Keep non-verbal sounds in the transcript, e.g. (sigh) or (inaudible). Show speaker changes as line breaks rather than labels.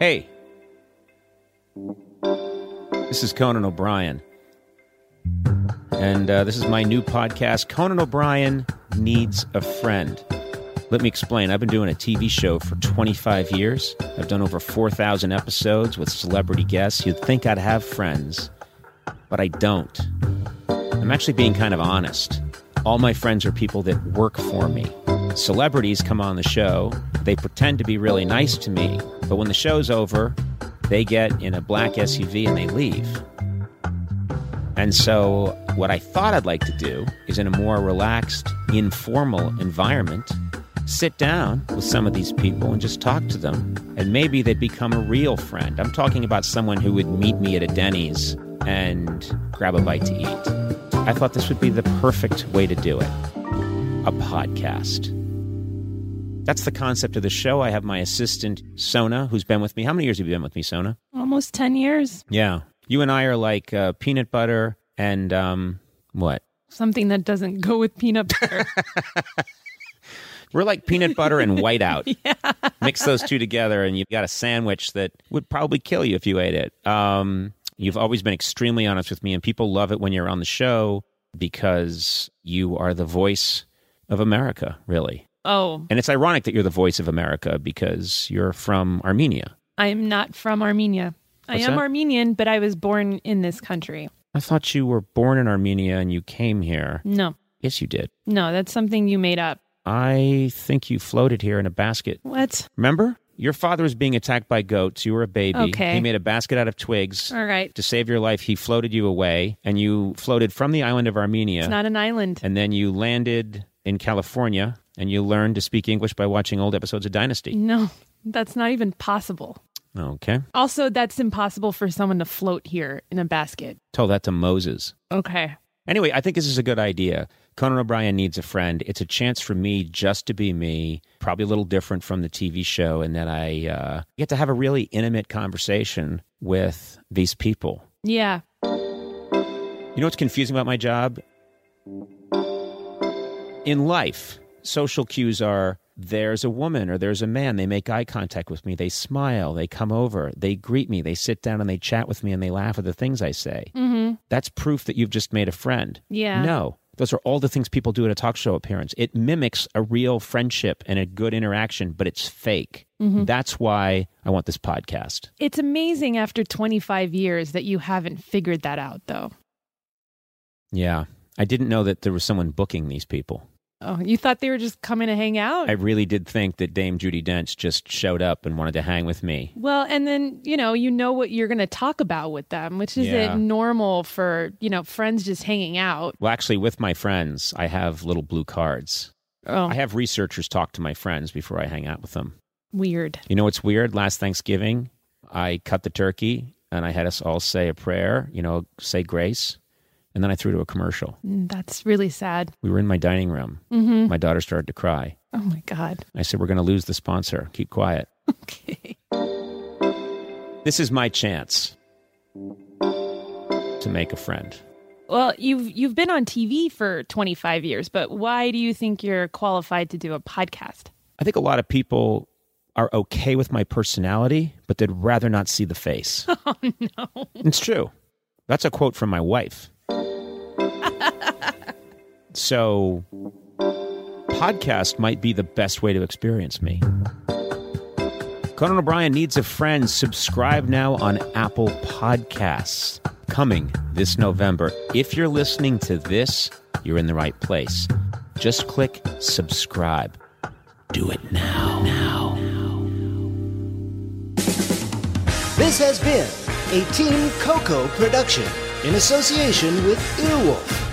Hey, this is Conan O'Brien. And uh, this is my new podcast, Conan O'Brien Needs a Friend. Let me explain. I've been doing a TV show for 25 years. I've done over 4,000 episodes with celebrity guests. You'd think I'd have friends, but I don't. I'm actually being kind of honest. All my friends are people that work for me. Celebrities come on the show, they pretend to be really nice to me, but when the show's over, they get in a black SUV and they leave. And so, what I thought I'd like to do is in a more relaxed, informal environment, sit down with some of these people and just talk to them. And maybe they become a real friend. I'm talking about someone who would meet me at a Denny's and grab a bite to eat. I thought this would be the perfect way to do it a podcast. That's the concept of the show. I have my assistant, Sona, who's been with me. How many years have you been with me, Sona?
Almost 10 years.
Yeah. You and I are like uh, peanut butter and um, what?
Something that doesn't go with peanut
(laughs)
butter.
We're like peanut butter and whiteout. Mix those two together, and you've got a sandwich that would probably kill you if you ate it. Um, you've always been extremely honest with me, and people love it when you're on the show because you are the voice of America, really.
oh,
And it's ironic that you're the voice of America because you're from Armenia.
I am not from Armenia.
What's
I am
that?
Armenian, but I was born in this country.
I thought you were born in Armenia and you came here.
No,
Yes, you did.
no, that's something you made up.
I think you floated here in a basket.
What?
Remember? Your father was being attacked by goats. You were a baby.
Okay.
He made a basket out of twigs.
All right.
To save your life, he floated you away, and you floated from the island of Armenia.
It's not an island.
and then you landed in California, and you learned to speak English by watching old episodes of Dynasty.
No, that's not even possible.
Okay.
Also, that's impossible for someone to float here in a basket.
Told that to Moses.
Okay.
Anyway, I think this is a good idea. Conan O'Brien needs a friend. It's a chance for me just to be me, probably a little different from the TV show, in that I uh, get to have a really intimate conversation with these people.
Yeah.
You know what's confusing about my job? In life, social cues are there's a woman or there's a man. They make eye contact with me. They smile. They come over. They greet me. They sit down and they chat with me and they laugh at the things I say.
Mm-hmm.
That's proof that you've just made a friend.
Yeah.
No. Those are all the things people do at a talk show appearance. It mimics a real friendship and a good interaction, but it's fake. That's why I want this podcast.
Mm-hmm. It's amazing after 25 years that you haven't figured that out, though.
Yeah. I didn't know that there was someone booking these people.
Oh, you thought they were just coming to hang out?
I really did think that Dame Judy Dench just showed up and wanted to hang with me.
Well, and then, you know, you know what you're going to talk about with them, which isn't
Yeah.
normal for, you know, friends just hanging out.
Well, actually, with my friends, I have little blue cards.
Oh,
I have researchers talk to my friends before I hang out with them.
weird.
You know what's weird? Last Thanksgiving, I cut the turkey and I had us all say a prayer, you know, say grace. And then I threw to a commercial.
Mm, That's really sad.
We were in my dining room.
hmm
My daughter started to cry.
Oh, my God. (laughs)
I said, We're going to lose the sponsor. Keep quiet.
Okay.
This is my chance to make a friend.
Well, you've you've been on TV for 25 years, but why do you think you're qualified to do a podcast?
I think a lot of people are okay with my personality, but they'd rather not see the face. (laughs) Oh, no. It's true. That's a quote from my (laughs) wife. so, podcast might be the best way to experience me. Conan O'Brien needs a friend. Subscribe now on Apple Podcasts. Coming this November. If you're listening to this, you're in the right place. Just click subscribe. Do it now. Now.
This has been a Team Coco production in association with Earwolf.